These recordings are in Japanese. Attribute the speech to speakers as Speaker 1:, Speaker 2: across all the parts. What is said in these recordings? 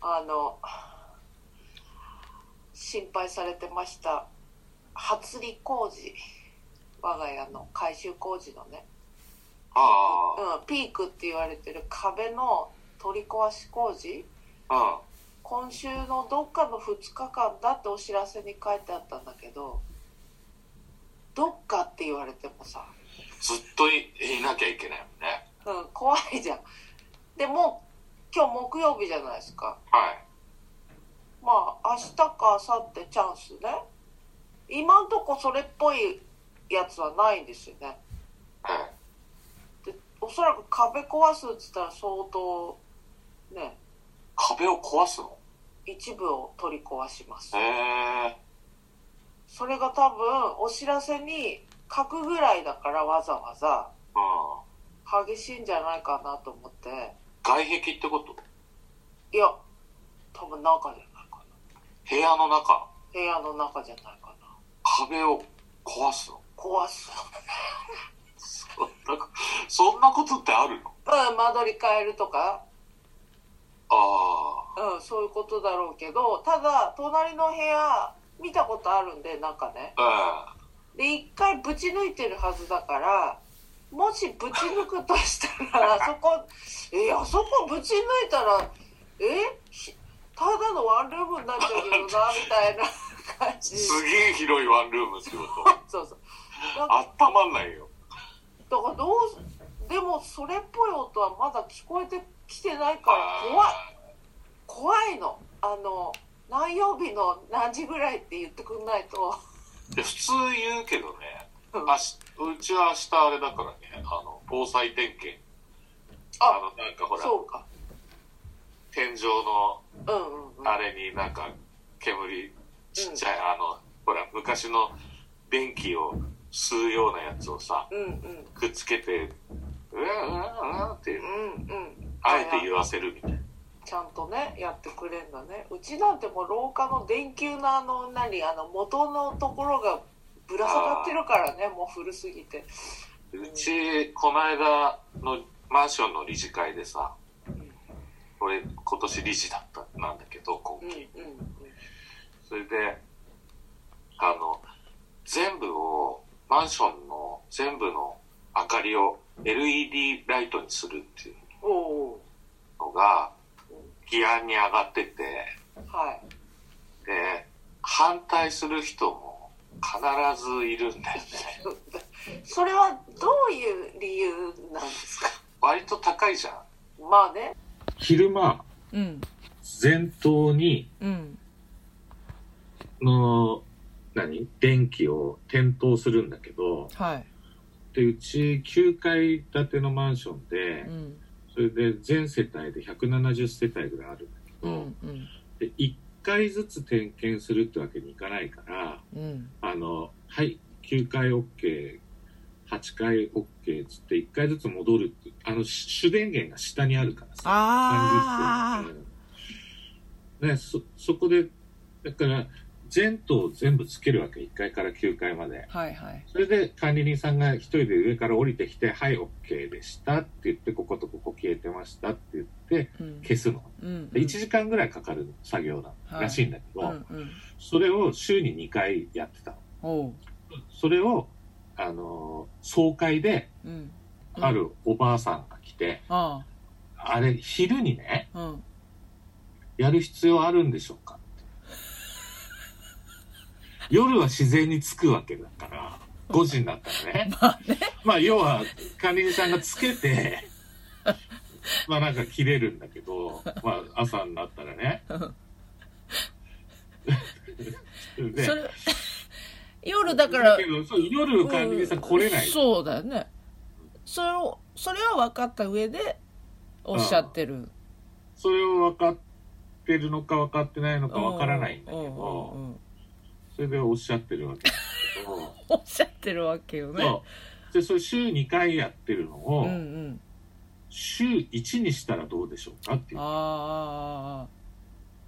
Speaker 1: あの心配されてました初利工事我が家の改修工事のね、
Speaker 2: あ
Speaker 1: うん、ピークって言われてる壁の取り壊し工事
Speaker 2: あ、
Speaker 1: 今週のどっかの2日間だってお知らせに書いてあったんだけどどっかって言われてもさ、
Speaker 2: うん。ずっといいなきゃいけないもんね。
Speaker 1: うん、怖いじゃんでもう今日木曜日じゃないですか
Speaker 2: はい。
Speaker 1: まあ明日か明後日チャンスね今んとこそれっぽいやつはないんですよね
Speaker 2: え
Speaker 1: でおそらく壁壊すっつったら相当ね
Speaker 2: え壁を壊すの
Speaker 1: 一部を取り壊します
Speaker 2: へえ
Speaker 1: それが多分お知らせに書くぐらいだからわざわざ
Speaker 2: うん。
Speaker 1: 激しいんじゃないかなと思って
Speaker 2: 外壁ってこと
Speaker 1: いや多分中じゃないかな
Speaker 2: 部屋の中、
Speaker 1: 部屋の中じゃないかな
Speaker 2: 壁を壊すの
Speaker 1: 壊す
Speaker 2: そんなこ、そんなことってあるの
Speaker 1: うん間取り変えるとか
Speaker 2: あ
Speaker 1: うん、そういうことだろうけど、ただ、隣の部屋、見たことあるんで、なんかね。
Speaker 2: あ、
Speaker 1: で、一回ぶち抜いてるはずだから、もしぶち抜くとしたら、 あそこ、え、あそこぶち抜いたら、えひただのワンルームになっちゃうけどな、みたいな感
Speaker 2: う
Speaker 1: じ
Speaker 2: ん。。すげえ広いワンルームっ てこと。
Speaker 1: そうそう。なん
Speaker 2: あ
Speaker 1: か、
Speaker 2: ったまんないよ。
Speaker 1: だからどうす、でも、それっぽい音はまだ聞こえてきてないから、怖い。怖いのあの何曜日の何時ぐらいって言ってくんないと
Speaker 2: いや普通言うけどね。
Speaker 1: うん
Speaker 2: あしうちは明日あれだからね、あの、防災点検。あ
Speaker 1: あ
Speaker 2: の、なんかほら、
Speaker 1: そうか
Speaker 2: 天井の
Speaker 1: うんうんうん
Speaker 2: あれになんか煙ちっちゃい、あのほら昔の電気を吸うようなやつをさ
Speaker 1: うんうん
Speaker 2: くっつけてうわうわうわって
Speaker 1: うんうん
Speaker 2: あえて言わせるみたいな
Speaker 1: ちゃんとねやってくれんだねうちなんてもう廊下の電球のあの何あの元のところがぶら下がってるからねもう古すぎて
Speaker 2: うちこの間のマンションの理事会でさ俺今年理事だったなんだけど今
Speaker 1: うんうん
Speaker 2: 期それであの全部をマンションの全部の明かりを LED ライトにするっていう
Speaker 1: おお
Speaker 2: のが議案に上がってて
Speaker 1: ーはい
Speaker 2: で反対する人も必ずいるんだよね
Speaker 1: それはどういう理由なんですか
Speaker 2: 割と高いじゃん
Speaker 1: まあね
Speaker 2: 昼間
Speaker 3: うん
Speaker 2: 前頭に
Speaker 3: うん
Speaker 2: の何電気を点灯するんだけど
Speaker 3: はい
Speaker 2: でうち9階建てのマンションで
Speaker 3: うん
Speaker 2: それで全世帯で170世帯ぐらいあるんだけ
Speaker 3: う
Speaker 2: ど、
Speaker 3: んうん
Speaker 2: で1回ずつ点検するってわけにいかないから
Speaker 3: うん
Speaker 2: あの、はい、9回 OK、8回 OK つって、1回ずつ戻るっていう、あの、し主電源が下にあるからさ、
Speaker 3: あ
Speaker 2: 管理室うんね、そ、そこで、だから、全頭全部つけるわけ、1階から9階まで。
Speaker 3: あはいはい
Speaker 2: それで管理人さんが一人で上から降りてきて、はい、OK でしたって言って、こことここ消えてましたって言って、
Speaker 3: うん
Speaker 2: 消すの。
Speaker 3: うん
Speaker 2: で1時間ぐらいかかる作業だ、
Speaker 3: はい
Speaker 2: らしいんだけど、
Speaker 3: うんうん
Speaker 2: それを週に2回やってたの。
Speaker 3: おう
Speaker 2: それを、あのー総会で、
Speaker 3: うん
Speaker 2: あるおばあさんが来て、
Speaker 3: あ
Speaker 2: あれ、昼にね、
Speaker 3: あうん
Speaker 2: やる必要あるんでしょう かって夜は自然に着くわけだから、5時になった らね。まあ要は、管理人さんがつけて、まあなんか切れるんだけど、まあ朝になったらね。 で
Speaker 3: それ 夜だから
Speaker 2: けどそう夜管理人さん来れない。
Speaker 3: うんそうだよねそれをそれは分かった上でおっしゃってる
Speaker 2: それを分かってるのか分かってないのか分からないんだけ
Speaker 3: うんう
Speaker 2: ど、
Speaker 3: んうん
Speaker 2: それでおっしゃってる わけですけど、
Speaker 3: おっしゃってるわけよね
Speaker 2: そう。で、それ週2回やってるの
Speaker 3: う
Speaker 2: を
Speaker 3: んう、ん
Speaker 2: 週1にしたらどうでしょうかっていう。
Speaker 3: ああ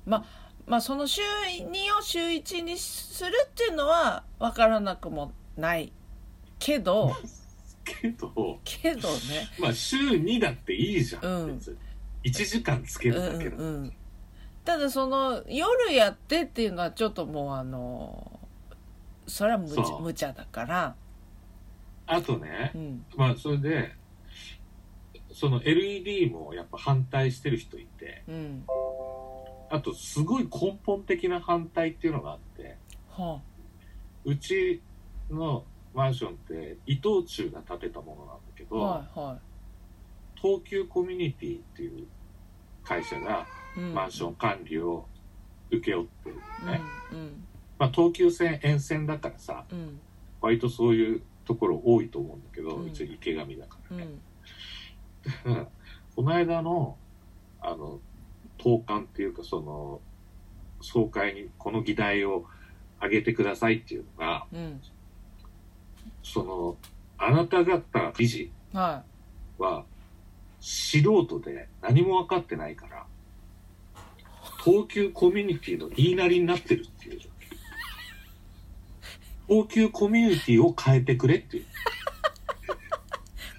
Speaker 3: まあまあその週2を週1にするっていうのは分からなくもないけど
Speaker 2: けど、
Speaker 3: けどね
Speaker 2: まあ週2だっていいじゃ
Speaker 3: うん
Speaker 2: ん。別に1時間つけ
Speaker 3: うん
Speaker 2: るだけだ。
Speaker 3: うん
Speaker 1: ただその夜やってっていうのはちょっともうあのそれは無茶
Speaker 2: そう
Speaker 1: 無茶だから、
Speaker 2: あとね
Speaker 1: う、ん、
Speaker 2: まあそれで、その LED もやっぱ反対してる人いて、
Speaker 1: うん、
Speaker 2: あとすごい根本的な反対っていうのがあって、
Speaker 1: は
Speaker 2: うちのマンションって伊藤忠が建てたものなんだけ
Speaker 1: あ、
Speaker 2: ど、
Speaker 1: はいは
Speaker 2: 東急コミュニティっていう会社が
Speaker 1: い、うん、
Speaker 2: マンション管理を請け負ってるのね、
Speaker 1: うん
Speaker 2: まあ、東急線沿線だからさ
Speaker 1: うん
Speaker 2: 割とそういうところ多いと思うんだけど、
Speaker 1: う
Speaker 2: うんち池上だか
Speaker 1: う
Speaker 2: ら
Speaker 1: んう
Speaker 2: ね、
Speaker 1: ん
Speaker 2: この間のあの投函っていうかその総会にこの議題を上げてくださいっていうのが
Speaker 1: うん
Speaker 2: そのあなた方理事
Speaker 1: は
Speaker 2: は素人で何も分かってないから東急コミュニティの言いなりになってるっていう東急コミュニティを変えてくれっていう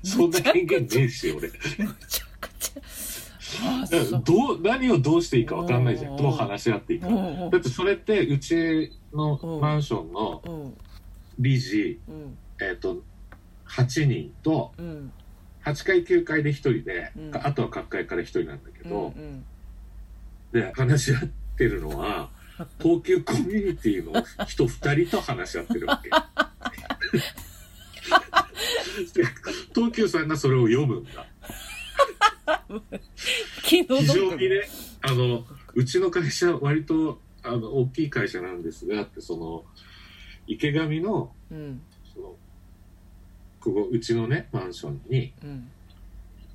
Speaker 2: そんな権限ねえし俺
Speaker 1: いむちゃくちゃああ
Speaker 2: だか
Speaker 1: そ
Speaker 2: ら
Speaker 1: う
Speaker 2: どう何をどうしていいか分かんないじゃ
Speaker 1: うんん
Speaker 2: どう話し合っていいか
Speaker 1: う
Speaker 2: だ
Speaker 1: んうん
Speaker 2: ってそれってうちの
Speaker 1: うん
Speaker 2: マンションの
Speaker 1: うん
Speaker 2: 理事、
Speaker 1: うん
Speaker 2: えっと8人と
Speaker 1: うん
Speaker 2: 8階9階で1人で、
Speaker 1: うん
Speaker 2: あとは各階から1人なんだけ
Speaker 1: う
Speaker 2: ど、
Speaker 1: ん
Speaker 2: で話し合ってるのは東急コミュニティの人2人と話し合ってるわけ で東急さんがそれを読むんだ
Speaker 1: 気の
Speaker 2: 非常
Speaker 1: 毒
Speaker 2: にねあのうちの会社割とあの大きい会社なんですがってその池上の
Speaker 1: うん
Speaker 2: そのここうちのねマンションに
Speaker 1: うん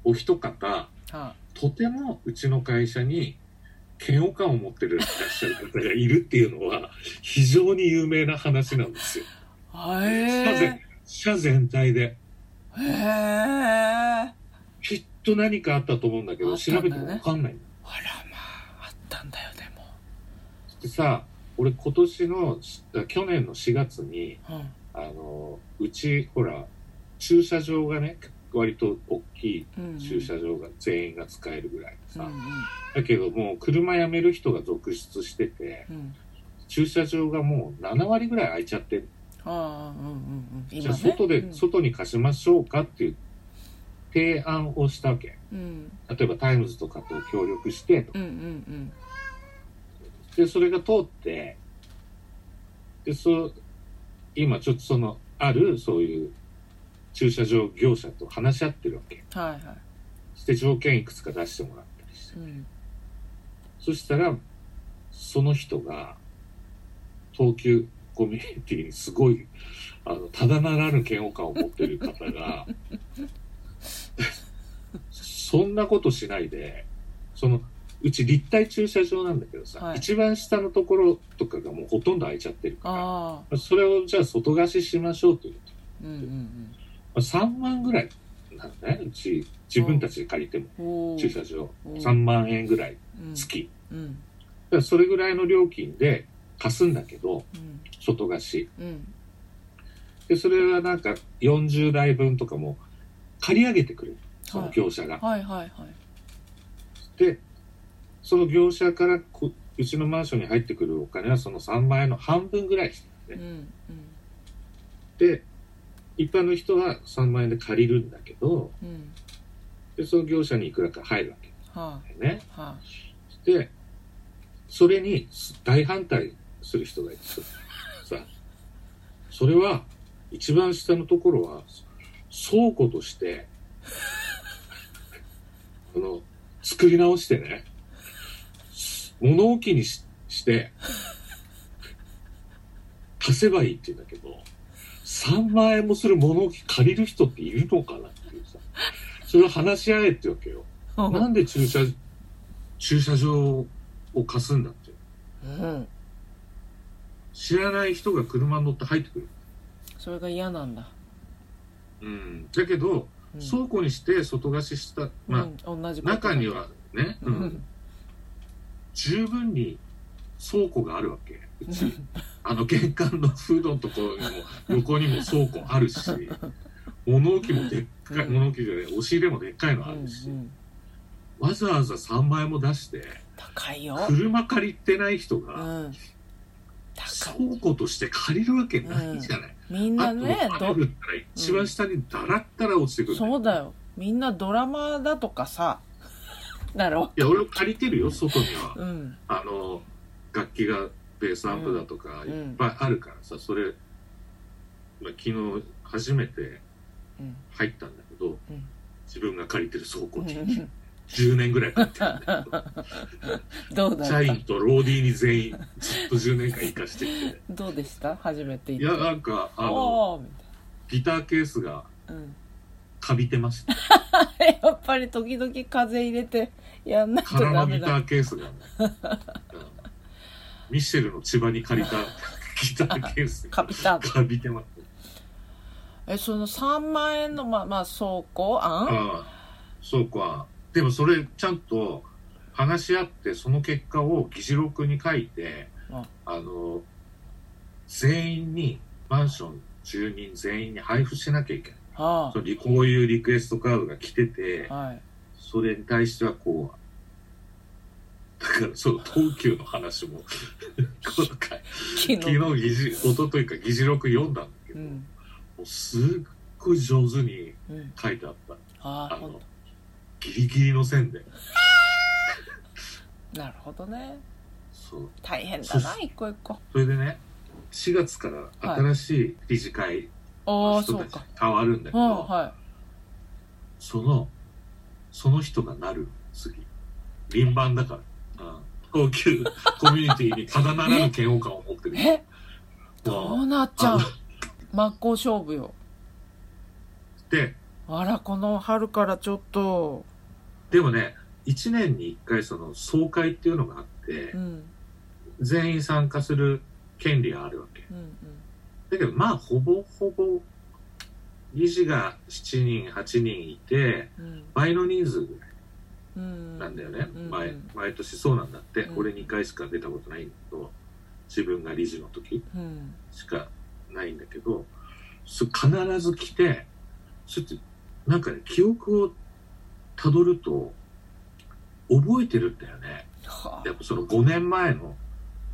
Speaker 2: お一方
Speaker 1: は
Speaker 2: とてもうちの会社に嫌悪感を持ってるいらっしゃる方がいるっていうのは非常に有名な話なんですよ。
Speaker 1: あ
Speaker 2: 社全
Speaker 1: へ
Speaker 2: 社全体で。
Speaker 1: えへえ
Speaker 2: きっと何かあったと思うんだけ
Speaker 1: あ
Speaker 2: ど、
Speaker 1: ったんだ
Speaker 2: 調
Speaker 1: ね
Speaker 2: べてもわかんないんだ
Speaker 1: あらまああったんだよで
Speaker 2: でさ、俺今年の、去年の4月に、
Speaker 1: もうん
Speaker 2: あの、うち、ほら、駐車場がね、割と大き
Speaker 1: うんうん
Speaker 2: い駐車場が全員が使えるぐらいでさ、
Speaker 1: うん
Speaker 2: だけどもう車辞める人が続出してて、
Speaker 1: うんうん
Speaker 2: 駐車場がもう7割ぐらい空いちゃってる
Speaker 1: ああうんうんうん
Speaker 2: じ
Speaker 1: 今
Speaker 2: ゃあ
Speaker 1: ね
Speaker 2: 外で、
Speaker 1: うん
Speaker 2: 外に貸しましょうかっていう提案をしたわけ
Speaker 1: うん
Speaker 2: 例えばタイムズとかと協力して
Speaker 1: うんうん
Speaker 2: でそれが通ってでそう今ちょっとそのあるそういう駐車場業者と話し合ってるわけ
Speaker 1: うんはいはい
Speaker 2: そして条件いくつか出してもらったりして
Speaker 1: うん
Speaker 2: そしたらその人が東急コミュニティにすごいあのただならぬ嫌悪感を持ってる方がそんなことしないでそのうち立体駐車場なんだけどさ、
Speaker 1: はい
Speaker 2: 一番下のところとかがもうほとんど空いちゃってるか
Speaker 1: ああ
Speaker 2: らそれをじゃあ外貸ししましょうという
Speaker 1: うんうん
Speaker 2: と3万ぐらいなのねうち自分たちで借りても
Speaker 1: うんおお
Speaker 2: 駐車場
Speaker 1: お
Speaker 2: 3万円ぐらい
Speaker 1: うん
Speaker 2: 月。
Speaker 1: うん
Speaker 2: だからそれぐらいの料金で貸すんだけど、
Speaker 1: うん
Speaker 2: 外貸し。
Speaker 1: うん
Speaker 2: で、それはなんか40台分とかも借り上げてくれる。その業者が。
Speaker 1: はいはいはい
Speaker 2: で、その業者からこうちのマンションに入ってくるお金はその3万円の半分ぐらいして
Speaker 1: う
Speaker 2: るね
Speaker 1: ん
Speaker 2: で、一般の人は3万円で借りるんだけど、
Speaker 1: うんうん
Speaker 2: で、その業者にいくらか入るわけ
Speaker 1: は
Speaker 2: だよね。
Speaker 1: あはあ
Speaker 2: で、それに大反対する人がいてさ、さそれは、一番下のところは、倉庫として、あの、作り直してね、物置にしして、貸せばいいって言うんだけど、3万円もする物置借りる人っているのかなっていうさ、それを話し合えってわけよ。
Speaker 1: うん
Speaker 2: なんで駐車、駐車場を貸すんだって。
Speaker 1: うん
Speaker 2: 知らない人が車に乗って入ってくる。
Speaker 1: それが嫌なんだ
Speaker 2: うん。だけど、
Speaker 1: うん
Speaker 2: 倉庫にして外貸しした、ま
Speaker 1: うん同じ
Speaker 2: あ、
Speaker 1: こと
Speaker 2: 中にはね、
Speaker 1: う
Speaker 2: うんん、十分に倉庫があるわけ。う
Speaker 1: うん
Speaker 2: ち、あの玄関のフードのところにも、横にも倉庫あるし、 物置もでっかい、
Speaker 1: うん
Speaker 2: 物置じゃない、押し入れもでっかいのあ
Speaker 1: うんう
Speaker 2: るし、
Speaker 1: ん
Speaker 2: わざわざ3万円も出して、
Speaker 1: 高いよ。
Speaker 2: 車借りてない人
Speaker 1: う
Speaker 2: が
Speaker 1: ん。高い。
Speaker 2: 倉庫として借りるわけないじゃない。
Speaker 1: みんなね、
Speaker 2: あと
Speaker 1: ど
Speaker 2: 雨降ったら一番下にだらったら落ちてくる、
Speaker 1: そうだよ。みんなドラマだとかさ、だろ
Speaker 2: いや、俺も借りてるよ、外には。
Speaker 1: うん。
Speaker 2: あの、楽器がベースアンプだとか、
Speaker 1: うん
Speaker 2: いっぱいあるからさ、それ、まあ昨日初めて
Speaker 1: うん。
Speaker 2: 入ったんだけど、
Speaker 1: うん
Speaker 2: 自分が借りてる倉庫
Speaker 1: う
Speaker 2: に、
Speaker 1: ん
Speaker 2: 10年ぐらい借りてるんだけど、
Speaker 1: どうだ
Speaker 2: 社
Speaker 1: った
Speaker 2: 員とローディーに全員、ずっと10年間生かしてきて。
Speaker 1: ど うでした初めて
Speaker 2: い
Speaker 1: 行
Speaker 2: や、
Speaker 1: って。
Speaker 2: なんか、あの、
Speaker 1: おーみ
Speaker 2: ギターケースが
Speaker 1: たいな。うん。
Speaker 2: かびてました。
Speaker 1: やっぱり時々風入れてやんないと
Speaker 2: 空
Speaker 1: ダ
Speaker 2: の
Speaker 1: メ
Speaker 2: ギタ
Speaker 1: だ。
Speaker 2: ーケースがね、うんミッシェルの千葉 に借りたギターケース
Speaker 1: カ
Speaker 2: が
Speaker 1: ピタン。
Speaker 2: かびてます。
Speaker 1: え、その3万円の、まあまあ、倉庫案
Speaker 2: ああそうかでもそれちゃんと話し合ってその結果を議事録に書いて
Speaker 1: あ
Speaker 2: あの全員にマンション住人全員に配布しなきゃいけない
Speaker 1: は
Speaker 2: そのリこういうリクエストカードが来てて
Speaker 1: あ。はい。
Speaker 2: それに対してはこうだからその東急の話 も今回
Speaker 1: 昨日。
Speaker 2: 昨日議事一昨日か議事録読んだんだけ
Speaker 1: う
Speaker 2: ど、
Speaker 1: ん。
Speaker 2: もうすっごい上手に
Speaker 1: うん。
Speaker 2: 書いてあった
Speaker 1: ああ、
Speaker 2: あ
Speaker 1: ほん
Speaker 2: のギリギリの線で
Speaker 1: となるほどね。
Speaker 2: そう
Speaker 1: 大変だな
Speaker 2: そ、
Speaker 1: 一個一個。
Speaker 2: それでね4月から新しい理事会
Speaker 1: あ
Speaker 2: の
Speaker 1: あ、
Speaker 2: 人
Speaker 1: そう
Speaker 2: たちに
Speaker 1: か。
Speaker 2: 変わるんだけ
Speaker 1: う
Speaker 2: ど、
Speaker 1: ん、は
Speaker 2: そのその人がなる次輪番だから、うん、高級コミュニティにただならぬ嫌悪感を持ってる
Speaker 1: い。え、ど
Speaker 2: も
Speaker 1: う
Speaker 2: う
Speaker 1: なっちゃう
Speaker 2: あ
Speaker 1: 真っ向勝負よ。
Speaker 2: で
Speaker 1: あら、この春からちょっと。
Speaker 2: でもね1年に1回その総会っていうのがあって
Speaker 1: うん、
Speaker 2: 全員参加する権利があるわけ
Speaker 1: うん、
Speaker 2: だけどまあほぼほぼ理事が7人8人いて
Speaker 1: うん、うん
Speaker 2: 倍の人数ぐらい
Speaker 1: うん。
Speaker 2: なんだよね、
Speaker 1: うん
Speaker 2: 毎
Speaker 1: うん
Speaker 2: 毎年そうなんだって、
Speaker 1: うん
Speaker 2: 俺2回しか出たことないんだけど自分が理事の時
Speaker 1: うん。
Speaker 2: しかないんだけどす必ず来てそれってなんかね記憶をたどると覚えてるんだよね
Speaker 1: は
Speaker 2: やっぱその5年前の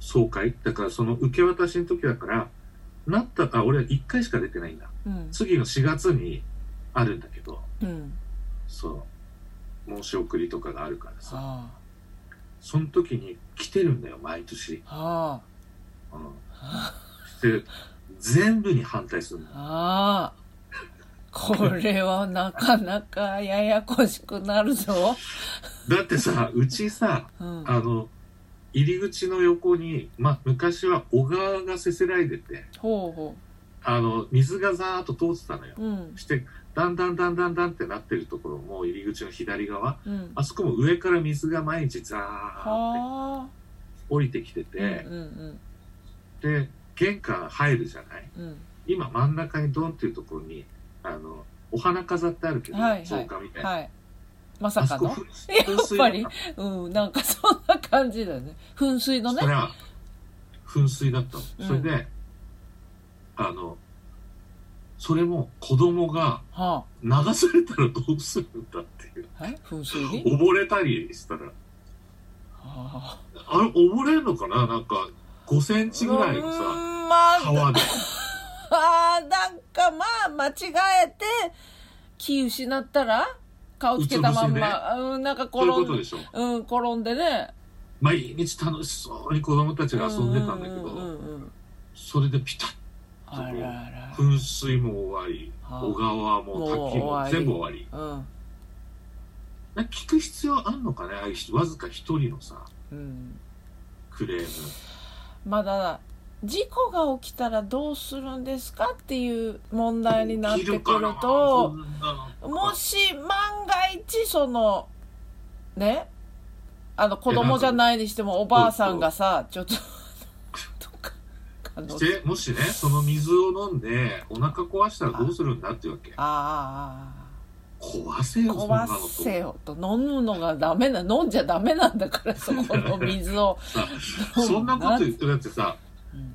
Speaker 2: 総会だからその受け渡しの時だからなったあ俺1回しか出てないんだ
Speaker 1: あ。うん。
Speaker 2: 次の4月にあるんだけど
Speaker 1: うん。
Speaker 2: そう申し送りとかがあるからさ
Speaker 1: は
Speaker 2: その時に来てるんだよ、毎年。
Speaker 1: あ。は
Speaker 2: うん。
Speaker 1: あ。
Speaker 2: して、全部に反対するんだ。
Speaker 1: ああ。これはなかなかややこしくなるぞ。
Speaker 2: だってさ、うちさ、
Speaker 1: うん。
Speaker 2: あの、入り口の横に、ま、昔は小川がせせらいでて、
Speaker 1: ほうほ
Speaker 2: あの、水がザーッと通ってたのよ。
Speaker 1: う。うん。
Speaker 2: して、だんだんだんだんだんってなってるところも、入り口の左側、
Speaker 1: うん。
Speaker 2: あそこも上から水が毎日ザーって
Speaker 1: はあ。
Speaker 2: 降りてきて
Speaker 1: うん
Speaker 2: て、
Speaker 1: うん
Speaker 2: で、玄関入るじゃない
Speaker 1: うん。
Speaker 2: 今真ん中にドンっていうところにあのお花飾ってあるけど、
Speaker 1: はいはい
Speaker 2: 造花みた
Speaker 1: う
Speaker 2: い
Speaker 1: ん。
Speaker 2: な、
Speaker 1: はい。まさ
Speaker 2: あそ
Speaker 1: か
Speaker 2: こ
Speaker 1: の
Speaker 2: 噴水噴水
Speaker 1: やっ
Speaker 2: だっ
Speaker 1: ぱうん。なんかそんな感じだよね。噴水
Speaker 2: た
Speaker 1: の
Speaker 2: の
Speaker 1: ね
Speaker 2: そ。れは噴水だったの、
Speaker 1: うん
Speaker 2: それであのそれも子供が
Speaker 1: は
Speaker 2: 流されたらどうするんだっていう
Speaker 1: あ。え噴水に
Speaker 2: 溺れたりしたら
Speaker 1: はあ。
Speaker 2: あれ溺れるのかななんか5センチぐらいの
Speaker 1: う
Speaker 2: さ
Speaker 1: んまあ、
Speaker 2: 川で
Speaker 1: あーなんかまあ間違えて気失ったら顔つけたまんま、うん、なんか
Speaker 2: そ
Speaker 1: 転
Speaker 2: ういうこと
Speaker 1: ん
Speaker 2: でしょ
Speaker 1: うん転んでね
Speaker 2: 毎日楽しそうに子供たちが遊んでたんだけ
Speaker 1: うう
Speaker 2: ど、
Speaker 1: んうんうん
Speaker 2: それでピタッ
Speaker 1: あらら
Speaker 2: 噴水も終わり
Speaker 1: はあ
Speaker 2: 小川も
Speaker 1: もう
Speaker 2: 滝
Speaker 1: 終わ
Speaker 2: も
Speaker 1: り
Speaker 2: 全部終わり
Speaker 1: うん
Speaker 2: なんか聞く必要あんのかねああいう人わずか一人のさ
Speaker 1: うん
Speaker 2: クレーム
Speaker 1: まだ事故が起きたらどうするんですかっていう問題になってくる
Speaker 2: 起きかなそ
Speaker 1: と
Speaker 2: んなの
Speaker 1: もし万が一そのねあの子供じゃないにしてもおばあさんがさちょっと とかあの
Speaker 2: してもしねその水を飲んでお腹壊したらどうするんだっていうわけ
Speaker 1: あ
Speaker 2: 壊せ
Speaker 1: あ
Speaker 2: よそんなのと
Speaker 1: 壊せよと飲むのがダメな飲んじゃダメなんだ からそこの水を、
Speaker 2: さそんなこと言ってだってさ
Speaker 1: うん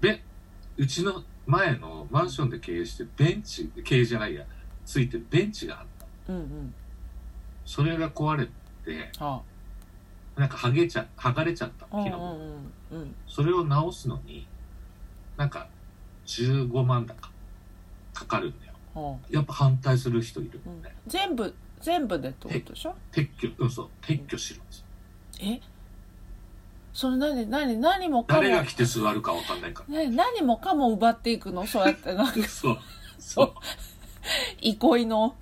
Speaker 2: でうちの前のマンションで経営してベンチ経営じゃないやついてるベンチがあっ
Speaker 1: う
Speaker 2: た
Speaker 1: んうん
Speaker 2: それが壊れて
Speaker 1: は
Speaker 2: なんか剥げちゃ剥がれちゃった
Speaker 1: うん
Speaker 2: 木
Speaker 1: う
Speaker 2: の部分
Speaker 1: んうんうん
Speaker 2: それを直すのになんか15万だかかかるんだよ
Speaker 1: ほ
Speaker 2: やっぱ反対する人いる
Speaker 1: うう
Speaker 2: もん
Speaker 1: ん
Speaker 2: ね、
Speaker 1: 全部全部でってことでしょ
Speaker 2: 撤去うんそう撤去しろんですよ
Speaker 1: えそれ何何何もかも
Speaker 2: 誰が来て座るかわかんないか
Speaker 1: 何何もかも奪っていくのそうやってなんから
Speaker 2: そうそう
Speaker 1: 憩いの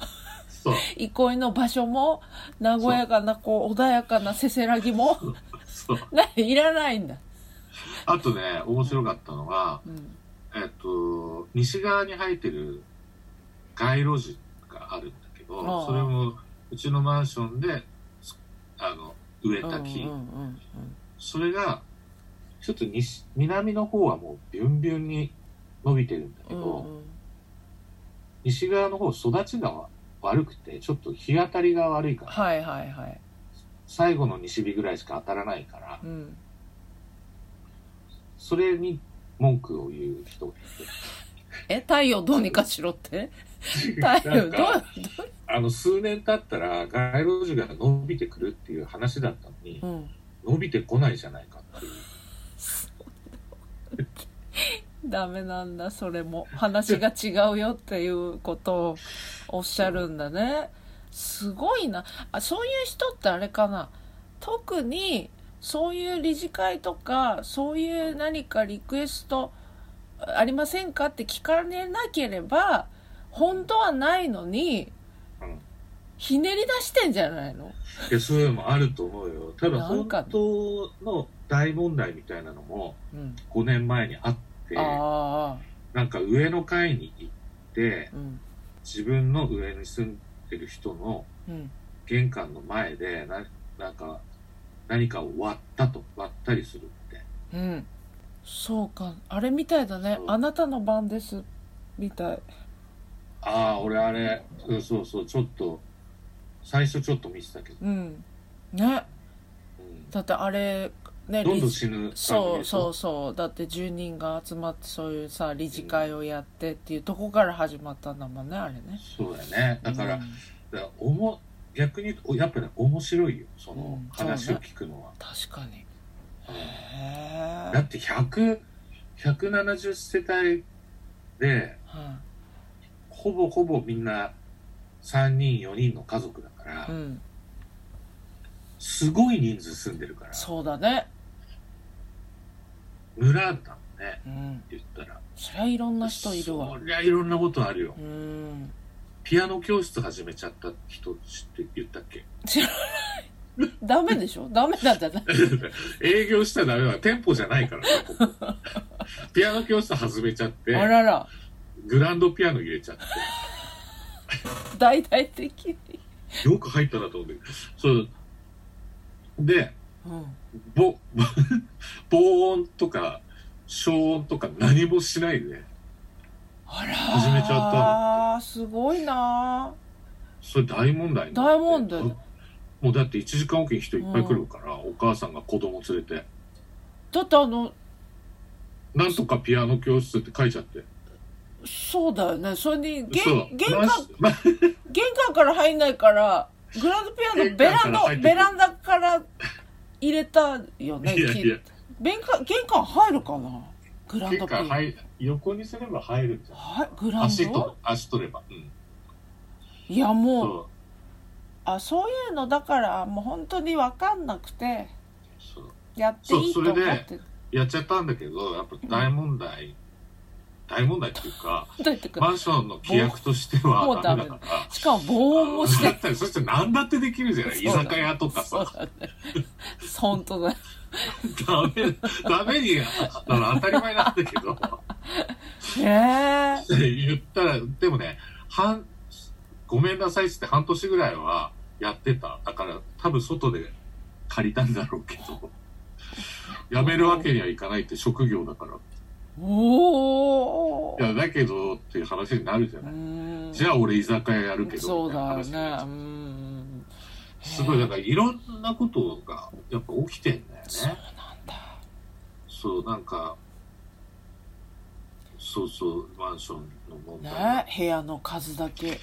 Speaker 2: そう
Speaker 1: 憩いの場所も和やかなこう穏やかなせせらぎも
Speaker 2: そう
Speaker 1: 何いらないんだ、
Speaker 2: あとね面白かったのが
Speaker 1: うん、
Speaker 2: えっと西側に生えてる街路樹があるんだけ
Speaker 1: ああ
Speaker 2: どそれもうちのマンションですあの植え
Speaker 1: うんうん
Speaker 2: た木、
Speaker 1: うん
Speaker 2: それがちょっと西南の方はもうビュンビュンに伸びてるんだけ
Speaker 1: うんう
Speaker 2: ど、
Speaker 1: ん
Speaker 2: 西側の方育ちが悪くてちょっと日当たりが悪いから
Speaker 1: はいはいはい
Speaker 2: 最後の西日ぐらいしか当たらないから
Speaker 1: うん
Speaker 2: それに文句を言う人がい
Speaker 1: え太陽どうにかしろって
Speaker 2: て
Speaker 1: 太
Speaker 2: な
Speaker 1: 陽
Speaker 2: ん
Speaker 1: どう
Speaker 2: かあの数年経ったら街路樹が伸びてくるっていう話だったのに
Speaker 1: うん
Speaker 2: 伸びてこないじゃないかっていう
Speaker 1: ダメなんだそれも話が違うよっていうことをおっしゃるんだねすごいなあそういう人ってあれかな特にそういう理事会とかそういう何かリクエストありませんかって聞かれなければ本当はないのに
Speaker 2: うん
Speaker 1: ひねり出してんじゃないの
Speaker 2: いやそういうのもあると思うよただ
Speaker 1: なん
Speaker 2: 本
Speaker 1: か
Speaker 2: 当の大問題みたいなのも
Speaker 1: うん
Speaker 2: 5年前にあって
Speaker 1: ああ
Speaker 2: なんか上の階に行って
Speaker 1: うん
Speaker 2: 自分の上に住んでる人の
Speaker 1: うん
Speaker 2: 玄関の前でななんか何かを割ったと割ったりするって
Speaker 1: うんそうかあれみたいだね
Speaker 2: そう
Speaker 1: あなたの番ですみたい
Speaker 2: ああ俺あれうんそうそうちょっと最初ちょっと見てたけど、
Speaker 1: うんね
Speaker 2: うん
Speaker 1: だってあれね
Speaker 2: どんどん
Speaker 1: 理事
Speaker 2: 死ぬ
Speaker 1: そうそう
Speaker 2: そ
Speaker 1: そうだって住人が集まってそういうさ理事会をやってっていうとこから始まったんだもんねあれね
Speaker 2: そうだよねだから,、
Speaker 1: うん
Speaker 2: だからおも逆に言うとおやっぱり面白いよその
Speaker 1: うん
Speaker 2: 話を聞くのは、
Speaker 1: 確かに
Speaker 2: うん
Speaker 1: へ
Speaker 2: だ
Speaker 1: え
Speaker 2: って100 170世帯でほぼほぼみんな3人4人の家族だから、
Speaker 1: うん
Speaker 2: すごい人数住んでるから
Speaker 1: そうだね
Speaker 2: 村だもんね
Speaker 1: うん
Speaker 2: 言ったら
Speaker 1: そりゃいろんな人いるわ
Speaker 2: そりゃいろんなことあるよ
Speaker 1: うん
Speaker 2: ピアノ教室始めちゃった人知って言ったっけ
Speaker 1: ダメでしょダメなんじゃない
Speaker 2: 営業したらダメだ店舗じゃないからねここ ピアノ教室始めちゃって
Speaker 1: あらら
Speaker 2: グランドピアノ入れちゃって
Speaker 1: 大々的に
Speaker 2: よく入ったなと思ってそうで
Speaker 1: うん
Speaker 2: ぼ 防音とか消音とか何もしないで
Speaker 1: あら
Speaker 2: 始めちゃった
Speaker 1: あーすごいな
Speaker 2: それ大問題になって
Speaker 1: 大問題だ
Speaker 2: もうだって1時間おきに人いっぱい来るから、お母さんが子供連れて
Speaker 1: だってあの
Speaker 2: なんとかピアノ教室って書いちゃって。
Speaker 1: そうだよねそれに玄
Speaker 2: そう
Speaker 1: 玄
Speaker 2: マン
Speaker 1: 関
Speaker 2: シマン
Speaker 1: 玄関から入んないからグランドピアノ
Speaker 2: 玄
Speaker 1: ベラ
Speaker 2: 関か
Speaker 1: ン
Speaker 2: ら
Speaker 1: ダ
Speaker 2: 入ってく
Speaker 1: ベ
Speaker 2: る
Speaker 1: ランダから入れたよね
Speaker 2: いやいや
Speaker 1: き玄関玄関入るかなグランド
Speaker 2: 玄
Speaker 1: ピア
Speaker 2: 関
Speaker 1: ノはい
Speaker 2: 入横にすれば入るんじゃない
Speaker 1: グラン
Speaker 2: 足と
Speaker 1: ド、
Speaker 2: 足取れば。うん。
Speaker 1: いやもう
Speaker 2: そう。
Speaker 1: あそういうのだからもう本当に分かんなくて
Speaker 2: そう。
Speaker 1: やっていいと思っ
Speaker 2: そう
Speaker 1: て
Speaker 2: やっちゃったんだけど、やっぱ大問題、大問題っていうか、
Speaker 1: だってか
Speaker 2: マンションの規約として
Speaker 1: もう
Speaker 2: はダメだ
Speaker 1: もう
Speaker 2: から。
Speaker 1: しかも防音もして
Speaker 2: だったら、そしたら何だってできるじゃない居酒屋とか
Speaker 1: そう
Speaker 2: さ。
Speaker 1: だね本当だよ
Speaker 2: ダメ、ダメに、ああの当たり前なんだけど。
Speaker 1: ねえ
Speaker 2: 言ったら、でもね、半、ごめんなさいっつって半年ぐらいはやってた。だから多分外で借りたんだろうけど、やめるわけにはいかないって職業だから。
Speaker 1: おお
Speaker 2: いや、だけどっていう話になるじゃない。じ
Speaker 1: ゃ
Speaker 2: ゃあ俺居酒屋やるけど。
Speaker 1: そうだよ
Speaker 2: みたいな
Speaker 1: ねう
Speaker 2: 話になっちゃ
Speaker 1: ん
Speaker 2: うすごい、だからいろんなことがやっぱ起きてんだよ
Speaker 1: そう
Speaker 2: ね。
Speaker 1: なんだ
Speaker 2: そう、なんか、そうそう、マンションの問題。
Speaker 1: ね部屋の数だけ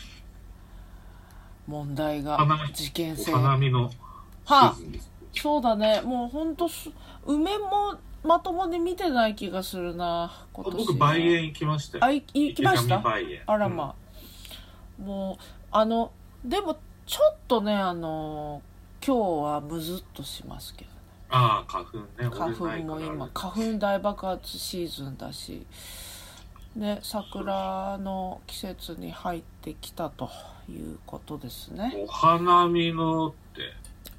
Speaker 1: 問題が
Speaker 2: 花見
Speaker 1: 事件
Speaker 2: お
Speaker 1: 性
Speaker 2: 花見のシ
Speaker 1: は
Speaker 2: ーズンです。
Speaker 1: そうだねもうほんとす梅もまともに見てない気がするな今年
Speaker 2: 僕、梅園行きましたよ。
Speaker 1: あい行きました
Speaker 2: 池上梅園
Speaker 1: あらまあ、もうあのでもちょっとねあの今日はムズっとしますけど
Speaker 2: ああ、花粉ね。
Speaker 1: 花粉
Speaker 2: 俺ないか
Speaker 1: も
Speaker 2: ら
Speaker 1: 今花粉大爆発シーズンだしね桜の季節に入ってきたということですね
Speaker 2: お花見のって、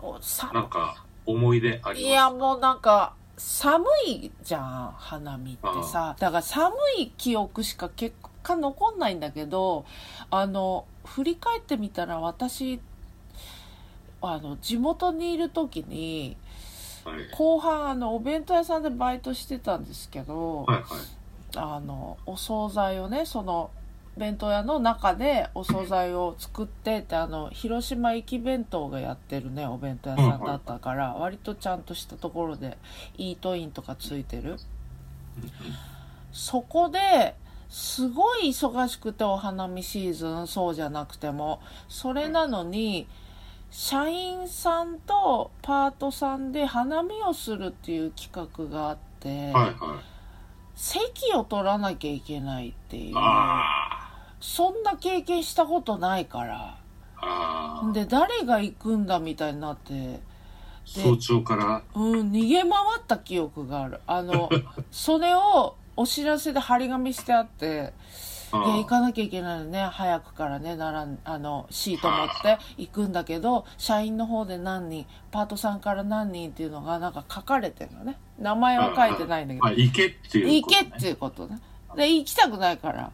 Speaker 1: おさ
Speaker 2: なんか思い出あ
Speaker 1: い
Speaker 2: り
Speaker 1: や
Speaker 2: ま
Speaker 1: もうなんか寒いじゃん花見ってさだから寒い記憶しか結果残んないんだけどあの振り返ってみたら私あの地元にいる時に
Speaker 2: すかはい
Speaker 1: 後半あのお弁当屋さんでバイトしてたんですけど、
Speaker 2: はいはい。
Speaker 1: あのお惣菜をねその弁当屋の中でお惣菜を作ってってあの広島行き弁当がやってるねお弁当屋さんだったから、割とちゃんとしたところでイートインとかついてるそこですごい忙しくてお花見シーズンそうじゃなくてもそれなのに社員さんとパートさんで花見をするっていう企画があって。
Speaker 2: はいはい。
Speaker 1: 席を取らなきゃいけないっていう
Speaker 2: あ
Speaker 1: そんな経験したことないから
Speaker 2: あ、ああ、
Speaker 1: で誰が行くんだみたいになって
Speaker 2: 早朝から、
Speaker 1: うん逃げ回った記憶があるあ のそれをお知らせで張り紙してあってで
Speaker 2: あ
Speaker 1: 行かなきゃいけないのね早くからね並んあのシート持って行くんだけど社員の方で何人パートさんから何人っていうのがなんか書かれてるのね名前は書いてないんだけど
Speaker 2: あ、あ行けってい
Speaker 1: 行
Speaker 2: うこと、
Speaker 1: け
Speaker 2: ね。
Speaker 1: っていうことねで行きたくないから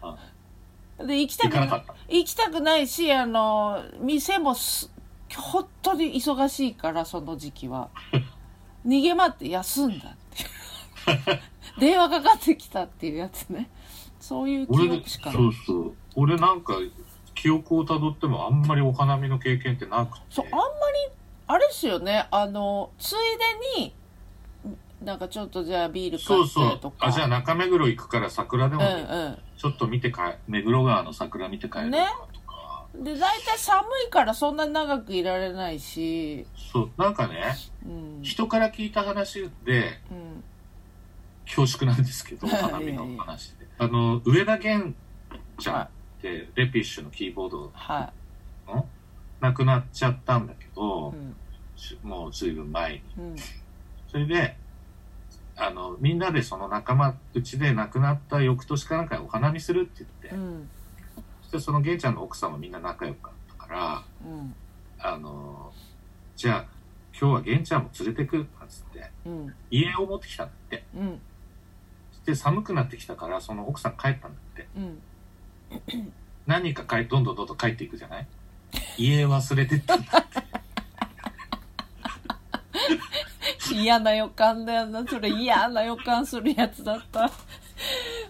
Speaker 2: あ
Speaker 1: で行きたくな
Speaker 2: 行かなかっ
Speaker 1: 行きたくないしあの店もす本当に忙しいからその時期 は逃げ回って休んだっていう 電話かかってきたっていうやつねそういう記
Speaker 2: 俺
Speaker 1: 憶し
Speaker 2: そ
Speaker 1: か
Speaker 2: う
Speaker 1: ない
Speaker 2: そう俺なんか記憶をたどってもあんまりお花見の経験ってなくて
Speaker 1: そうあんまりあれですよねあのついでになんかちょっとじゃあビール買
Speaker 2: そ
Speaker 1: っ
Speaker 2: うそう
Speaker 1: てとか
Speaker 2: あじゃあ中目黒行くから桜でも、ね
Speaker 1: うんうん
Speaker 2: ちょっと見てか目黒川の桜見て帰るかとか、
Speaker 1: で大体寒いからそんな長くいられないし、
Speaker 2: そうなんかね
Speaker 1: うん
Speaker 2: 人から聞いた話で
Speaker 1: うん、
Speaker 2: 恐縮なんですけどお
Speaker 1: はい
Speaker 2: 花見の話であの上田玄ちゃんってレピッシュのキーボード
Speaker 1: は
Speaker 2: の亡くなっちゃったんだけ
Speaker 1: い、う
Speaker 2: ど、
Speaker 1: ん
Speaker 2: しもう随分前に
Speaker 1: うん
Speaker 2: それで、あの、みんなでその仲間、うちで亡くなった翌年かなんかにお花見するって言って
Speaker 1: う、ん
Speaker 2: そしてその玄ちゃんの奥さんもみんな仲良かったか
Speaker 1: うん
Speaker 2: ら、あの、じゃあ、今日は玄ちゃんも連れてく、なんつって、
Speaker 1: うん
Speaker 2: 家を持ってきたんだって。
Speaker 1: うん
Speaker 2: で、寒くなってきたから、その奥さん帰ったんだって。
Speaker 1: うん
Speaker 2: 何人か帰、どんどんどんどん帰っていくじゃない家忘れて ったんだ。
Speaker 1: 嫌な予感だよなそれ嫌な予感するやつだった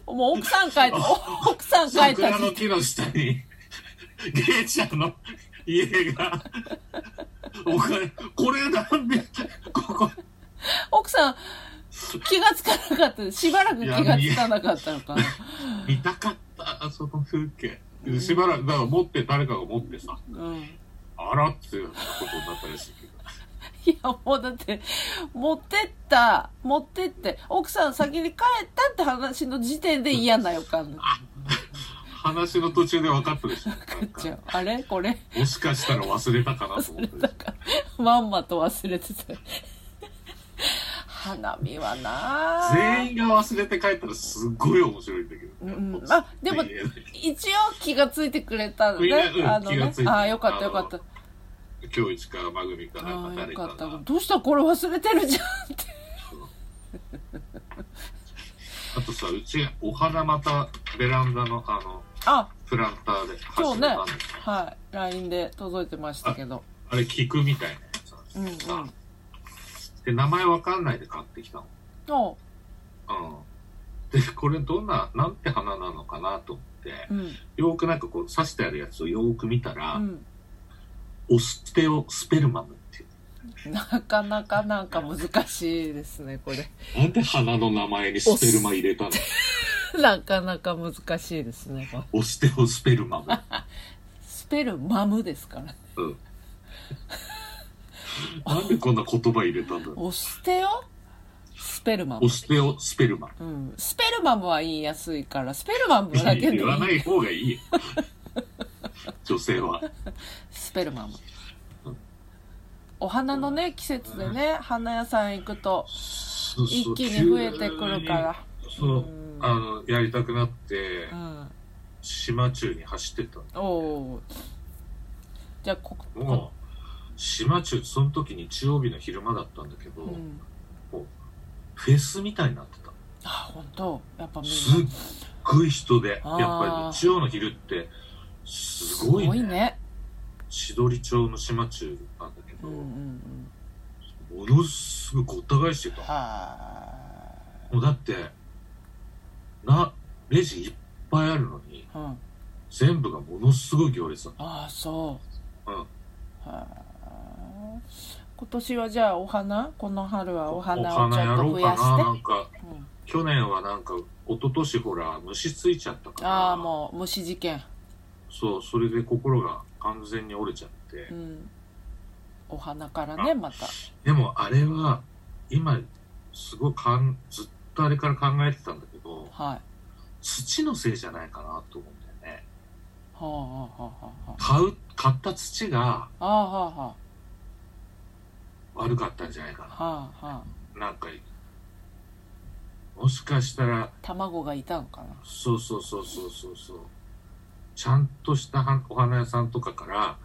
Speaker 1: もう奥さん書いたお奥さん書いた
Speaker 2: 桜の木の下に、玄ちゃんの家が、お金、これなんで、ここ、
Speaker 1: 奥さん気がつかなかったしばらく気がつかなかったのかな
Speaker 2: 見たかった、その風景。しばらく、だから持って、誰かが持ってさ、
Speaker 1: うん
Speaker 2: あらっていうことになったらしいけど。
Speaker 1: いやもうだって持ってった持ってって奥さん先に帰ったって話の時点で嫌な予感だっ
Speaker 2: 話の途中で分かったでしょ。なん
Speaker 1: ちゃ
Speaker 2: か
Speaker 1: うあれこれ
Speaker 2: もしかしたら忘れたかなと思って。
Speaker 1: まんまと忘れてた花見はなあ
Speaker 2: 全員が忘れて帰ったらすっごい面白いんだけど。
Speaker 1: うんうんあでも
Speaker 2: 言えない
Speaker 1: 一応気がついてくれたの
Speaker 2: みん
Speaker 1: ね
Speaker 2: なうん
Speaker 1: あの
Speaker 2: 気が
Speaker 1: ね
Speaker 2: ついてる
Speaker 1: ああよかったよかった
Speaker 2: 今日一から番組かな
Speaker 1: あ
Speaker 2: ん
Speaker 1: あ
Speaker 2: か
Speaker 1: よ
Speaker 2: 誰
Speaker 1: か
Speaker 2: か
Speaker 1: った
Speaker 2: が。
Speaker 1: どうしたこれ忘れてるじゃんって
Speaker 2: あとさ、うちお花またベランダのあの、
Speaker 1: あ
Speaker 2: プランターで
Speaker 1: 今
Speaker 2: 始
Speaker 1: 日
Speaker 2: め
Speaker 1: ね
Speaker 2: たんですよ。
Speaker 1: はい LINE で届いてましたけど
Speaker 2: あれ聞くみたいなやつなんです
Speaker 1: うんう
Speaker 2: けどさ
Speaker 1: ん
Speaker 2: で、名前わかんないで買ってきたの。
Speaker 1: お
Speaker 2: うん。で、これどんな、なんて花なのかなと思って、
Speaker 1: うん
Speaker 2: よーくなんかこう刺してあるやつをよーく見たら、
Speaker 1: うん
Speaker 2: オステオスペルマムっていう。
Speaker 1: なかなかなんか難しいですねこれ
Speaker 2: なんで花の名前にスペルマ入れたの
Speaker 1: なかなか難しいですねこれ
Speaker 2: オステオスペルマム。
Speaker 1: スペルマムですからね
Speaker 2: うん。なんでこんな言葉入れたんだろう
Speaker 1: オステオスペルマム
Speaker 2: オ、ステオスペルマ
Speaker 1: う
Speaker 2: ン
Speaker 1: ん、スペルマムは言いやすいからスペルマムだけでいい
Speaker 2: 言わない方がいいよ女性は
Speaker 1: スペルマムお花のね季節でね花屋さん行くと一
Speaker 2: 一
Speaker 1: 気に増えてくるから
Speaker 2: そうあのやりたくなって
Speaker 1: うん
Speaker 2: 島中に走ってった
Speaker 1: おおじゃあここ、
Speaker 2: もう島中その時日曜日の昼間だったんだけど、
Speaker 1: うん、
Speaker 2: フェスみたいになってた
Speaker 1: あ本当やっぱみんな
Speaker 2: すっごい人でやっ
Speaker 1: あー
Speaker 2: ぱり日曜の昼ってすごい
Speaker 1: すご
Speaker 2: ね
Speaker 1: いね
Speaker 2: 千鳥町の島中なんだけ
Speaker 1: う
Speaker 2: ど、
Speaker 1: んうんうん
Speaker 2: ものすごいごった返してた
Speaker 1: は
Speaker 2: もうだってなレジいっぱいあるのに
Speaker 1: あ、うん、あ
Speaker 2: 全部がものすごい行列だ
Speaker 1: あそう
Speaker 2: うん
Speaker 1: はあ今年はじゃあお花この春はお花をち
Speaker 2: や
Speaker 1: ょっ
Speaker 2: ろ
Speaker 1: と増
Speaker 2: うか
Speaker 1: や
Speaker 2: な
Speaker 1: して
Speaker 2: なんか
Speaker 1: うん
Speaker 2: 去年はなんか一昨年ほら虫ついちゃったから
Speaker 1: ああもう虫事件
Speaker 2: そうそれで心が完全に折れちゃって、
Speaker 1: うんお花からねまた
Speaker 2: でもあれは今すごいかんずっとあれから考えてたんだけど
Speaker 1: はい
Speaker 2: 土のせいじゃないかなと思うんだよね
Speaker 1: はあはあはあは
Speaker 2: 買う買った土
Speaker 1: あ
Speaker 2: が
Speaker 1: ああはあは
Speaker 2: 悪かったんじゃないか
Speaker 1: あはあはあ
Speaker 2: ななんかもしかしたら
Speaker 1: 卵がいたのかな
Speaker 2: そうそうそうそうそうそうちゃんとしたはお花屋さんとかから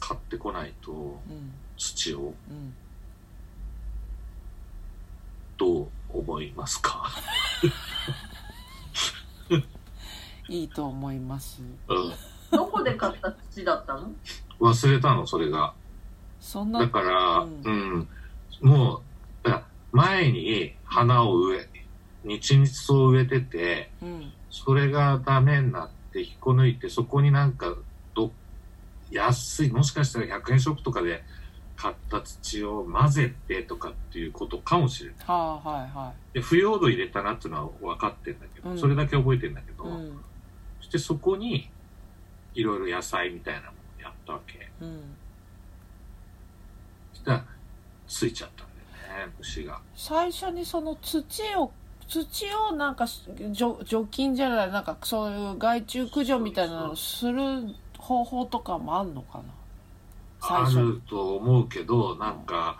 Speaker 2: 買ってこないと
Speaker 1: うん
Speaker 2: 土を
Speaker 1: うん
Speaker 2: どう思いますか、
Speaker 1: いいと思います
Speaker 2: うん、
Speaker 4: どこで買った土だったの
Speaker 2: 忘れたのそれが
Speaker 1: そんな
Speaker 2: だから、
Speaker 1: うん
Speaker 2: うん、もう、だから前に花を植え、日日草を植えてて、
Speaker 1: うん
Speaker 2: それがダメになって引っこ抜いて、そこになんかど、安い、もしかしたら100円ショップとかで買った土を混ぜてとかっていうことかもしれない。
Speaker 1: はあはいは
Speaker 2: で腐葉土入れたなっていうのは分かってんだけど、
Speaker 1: うん
Speaker 2: それだけ覚えてんだけど、
Speaker 1: いうん
Speaker 2: そしてそこにいろいろ野菜みたいなものやったわけ。
Speaker 1: うん
Speaker 2: そしたら、ついちゃったんだよね、虫が。
Speaker 1: 最初にその土を土をなんか除除菌じゃないなんかそういう害虫駆除みたいなのをする方法とかもあんのかな最
Speaker 2: あ
Speaker 1: 初
Speaker 2: ると思うけどなんか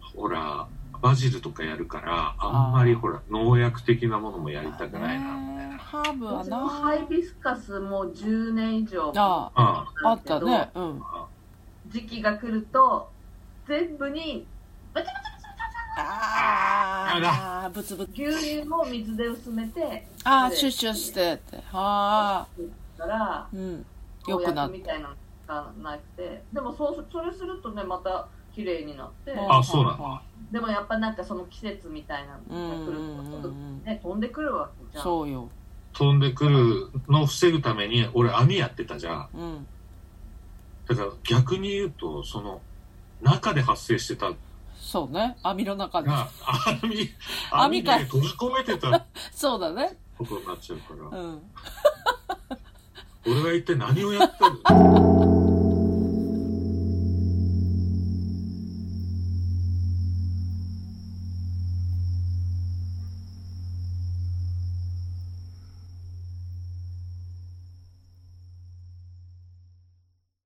Speaker 2: ほらバジルとかやるからあんまりほら農薬的なものもやりたくないなみたい
Speaker 1: ね
Speaker 2: な
Speaker 1: ハーブは
Speaker 5: 私もハイ
Speaker 1: な
Speaker 5: ビスカスもう10年以上
Speaker 1: あ
Speaker 2: あ
Speaker 1: ああったねうん
Speaker 5: 時期が来ると全部に
Speaker 1: あ
Speaker 2: あ
Speaker 1: あブツブツ
Speaker 5: 牛乳を水で薄めて
Speaker 1: ああシュッシュッしてってはあ
Speaker 5: から
Speaker 1: うんよくなっ
Speaker 5: 農薬みたいなのがなくてでもそうそれするとねまた綺麗になって
Speaker 1: た
Speaker 2: あそうなんだ
Speaker 1: は
Speaker 5: でもやっぱなんかその季節みたいな
Speaker 1: うん
Speaker 5: のが来
Speaker 1: う
Speaker 5: る
Speaker 1: んう
Speaker 5: とちょっ
Speaker 1: ん
Speaker 5: とね飛んでくるわけ
Speaker 1: う
Speaker 5: じ
Speaker 1: ん
Speaker 5: ゃん
Speaker 1: そうよ
Speaker 2: 飛んでくるのを防ぐために俺網やってたじゃん
Speaker 1: うん
Speaker 2: だから逆に言うとその中で発生してた
Speaker 1: そうね網の中で
Speaker 2: が網
Speaker 1: 網
Speaker 2: 網
Speaker 1: か
Speaker 2: で閉じ込めてた
Speaker 1: そうだね
Speaker 2: ことになっちゃうか
Speaker 1: う
Speaker 2: ら
Speaker 1: ん
Speaker 2: 俺は一体何をやったの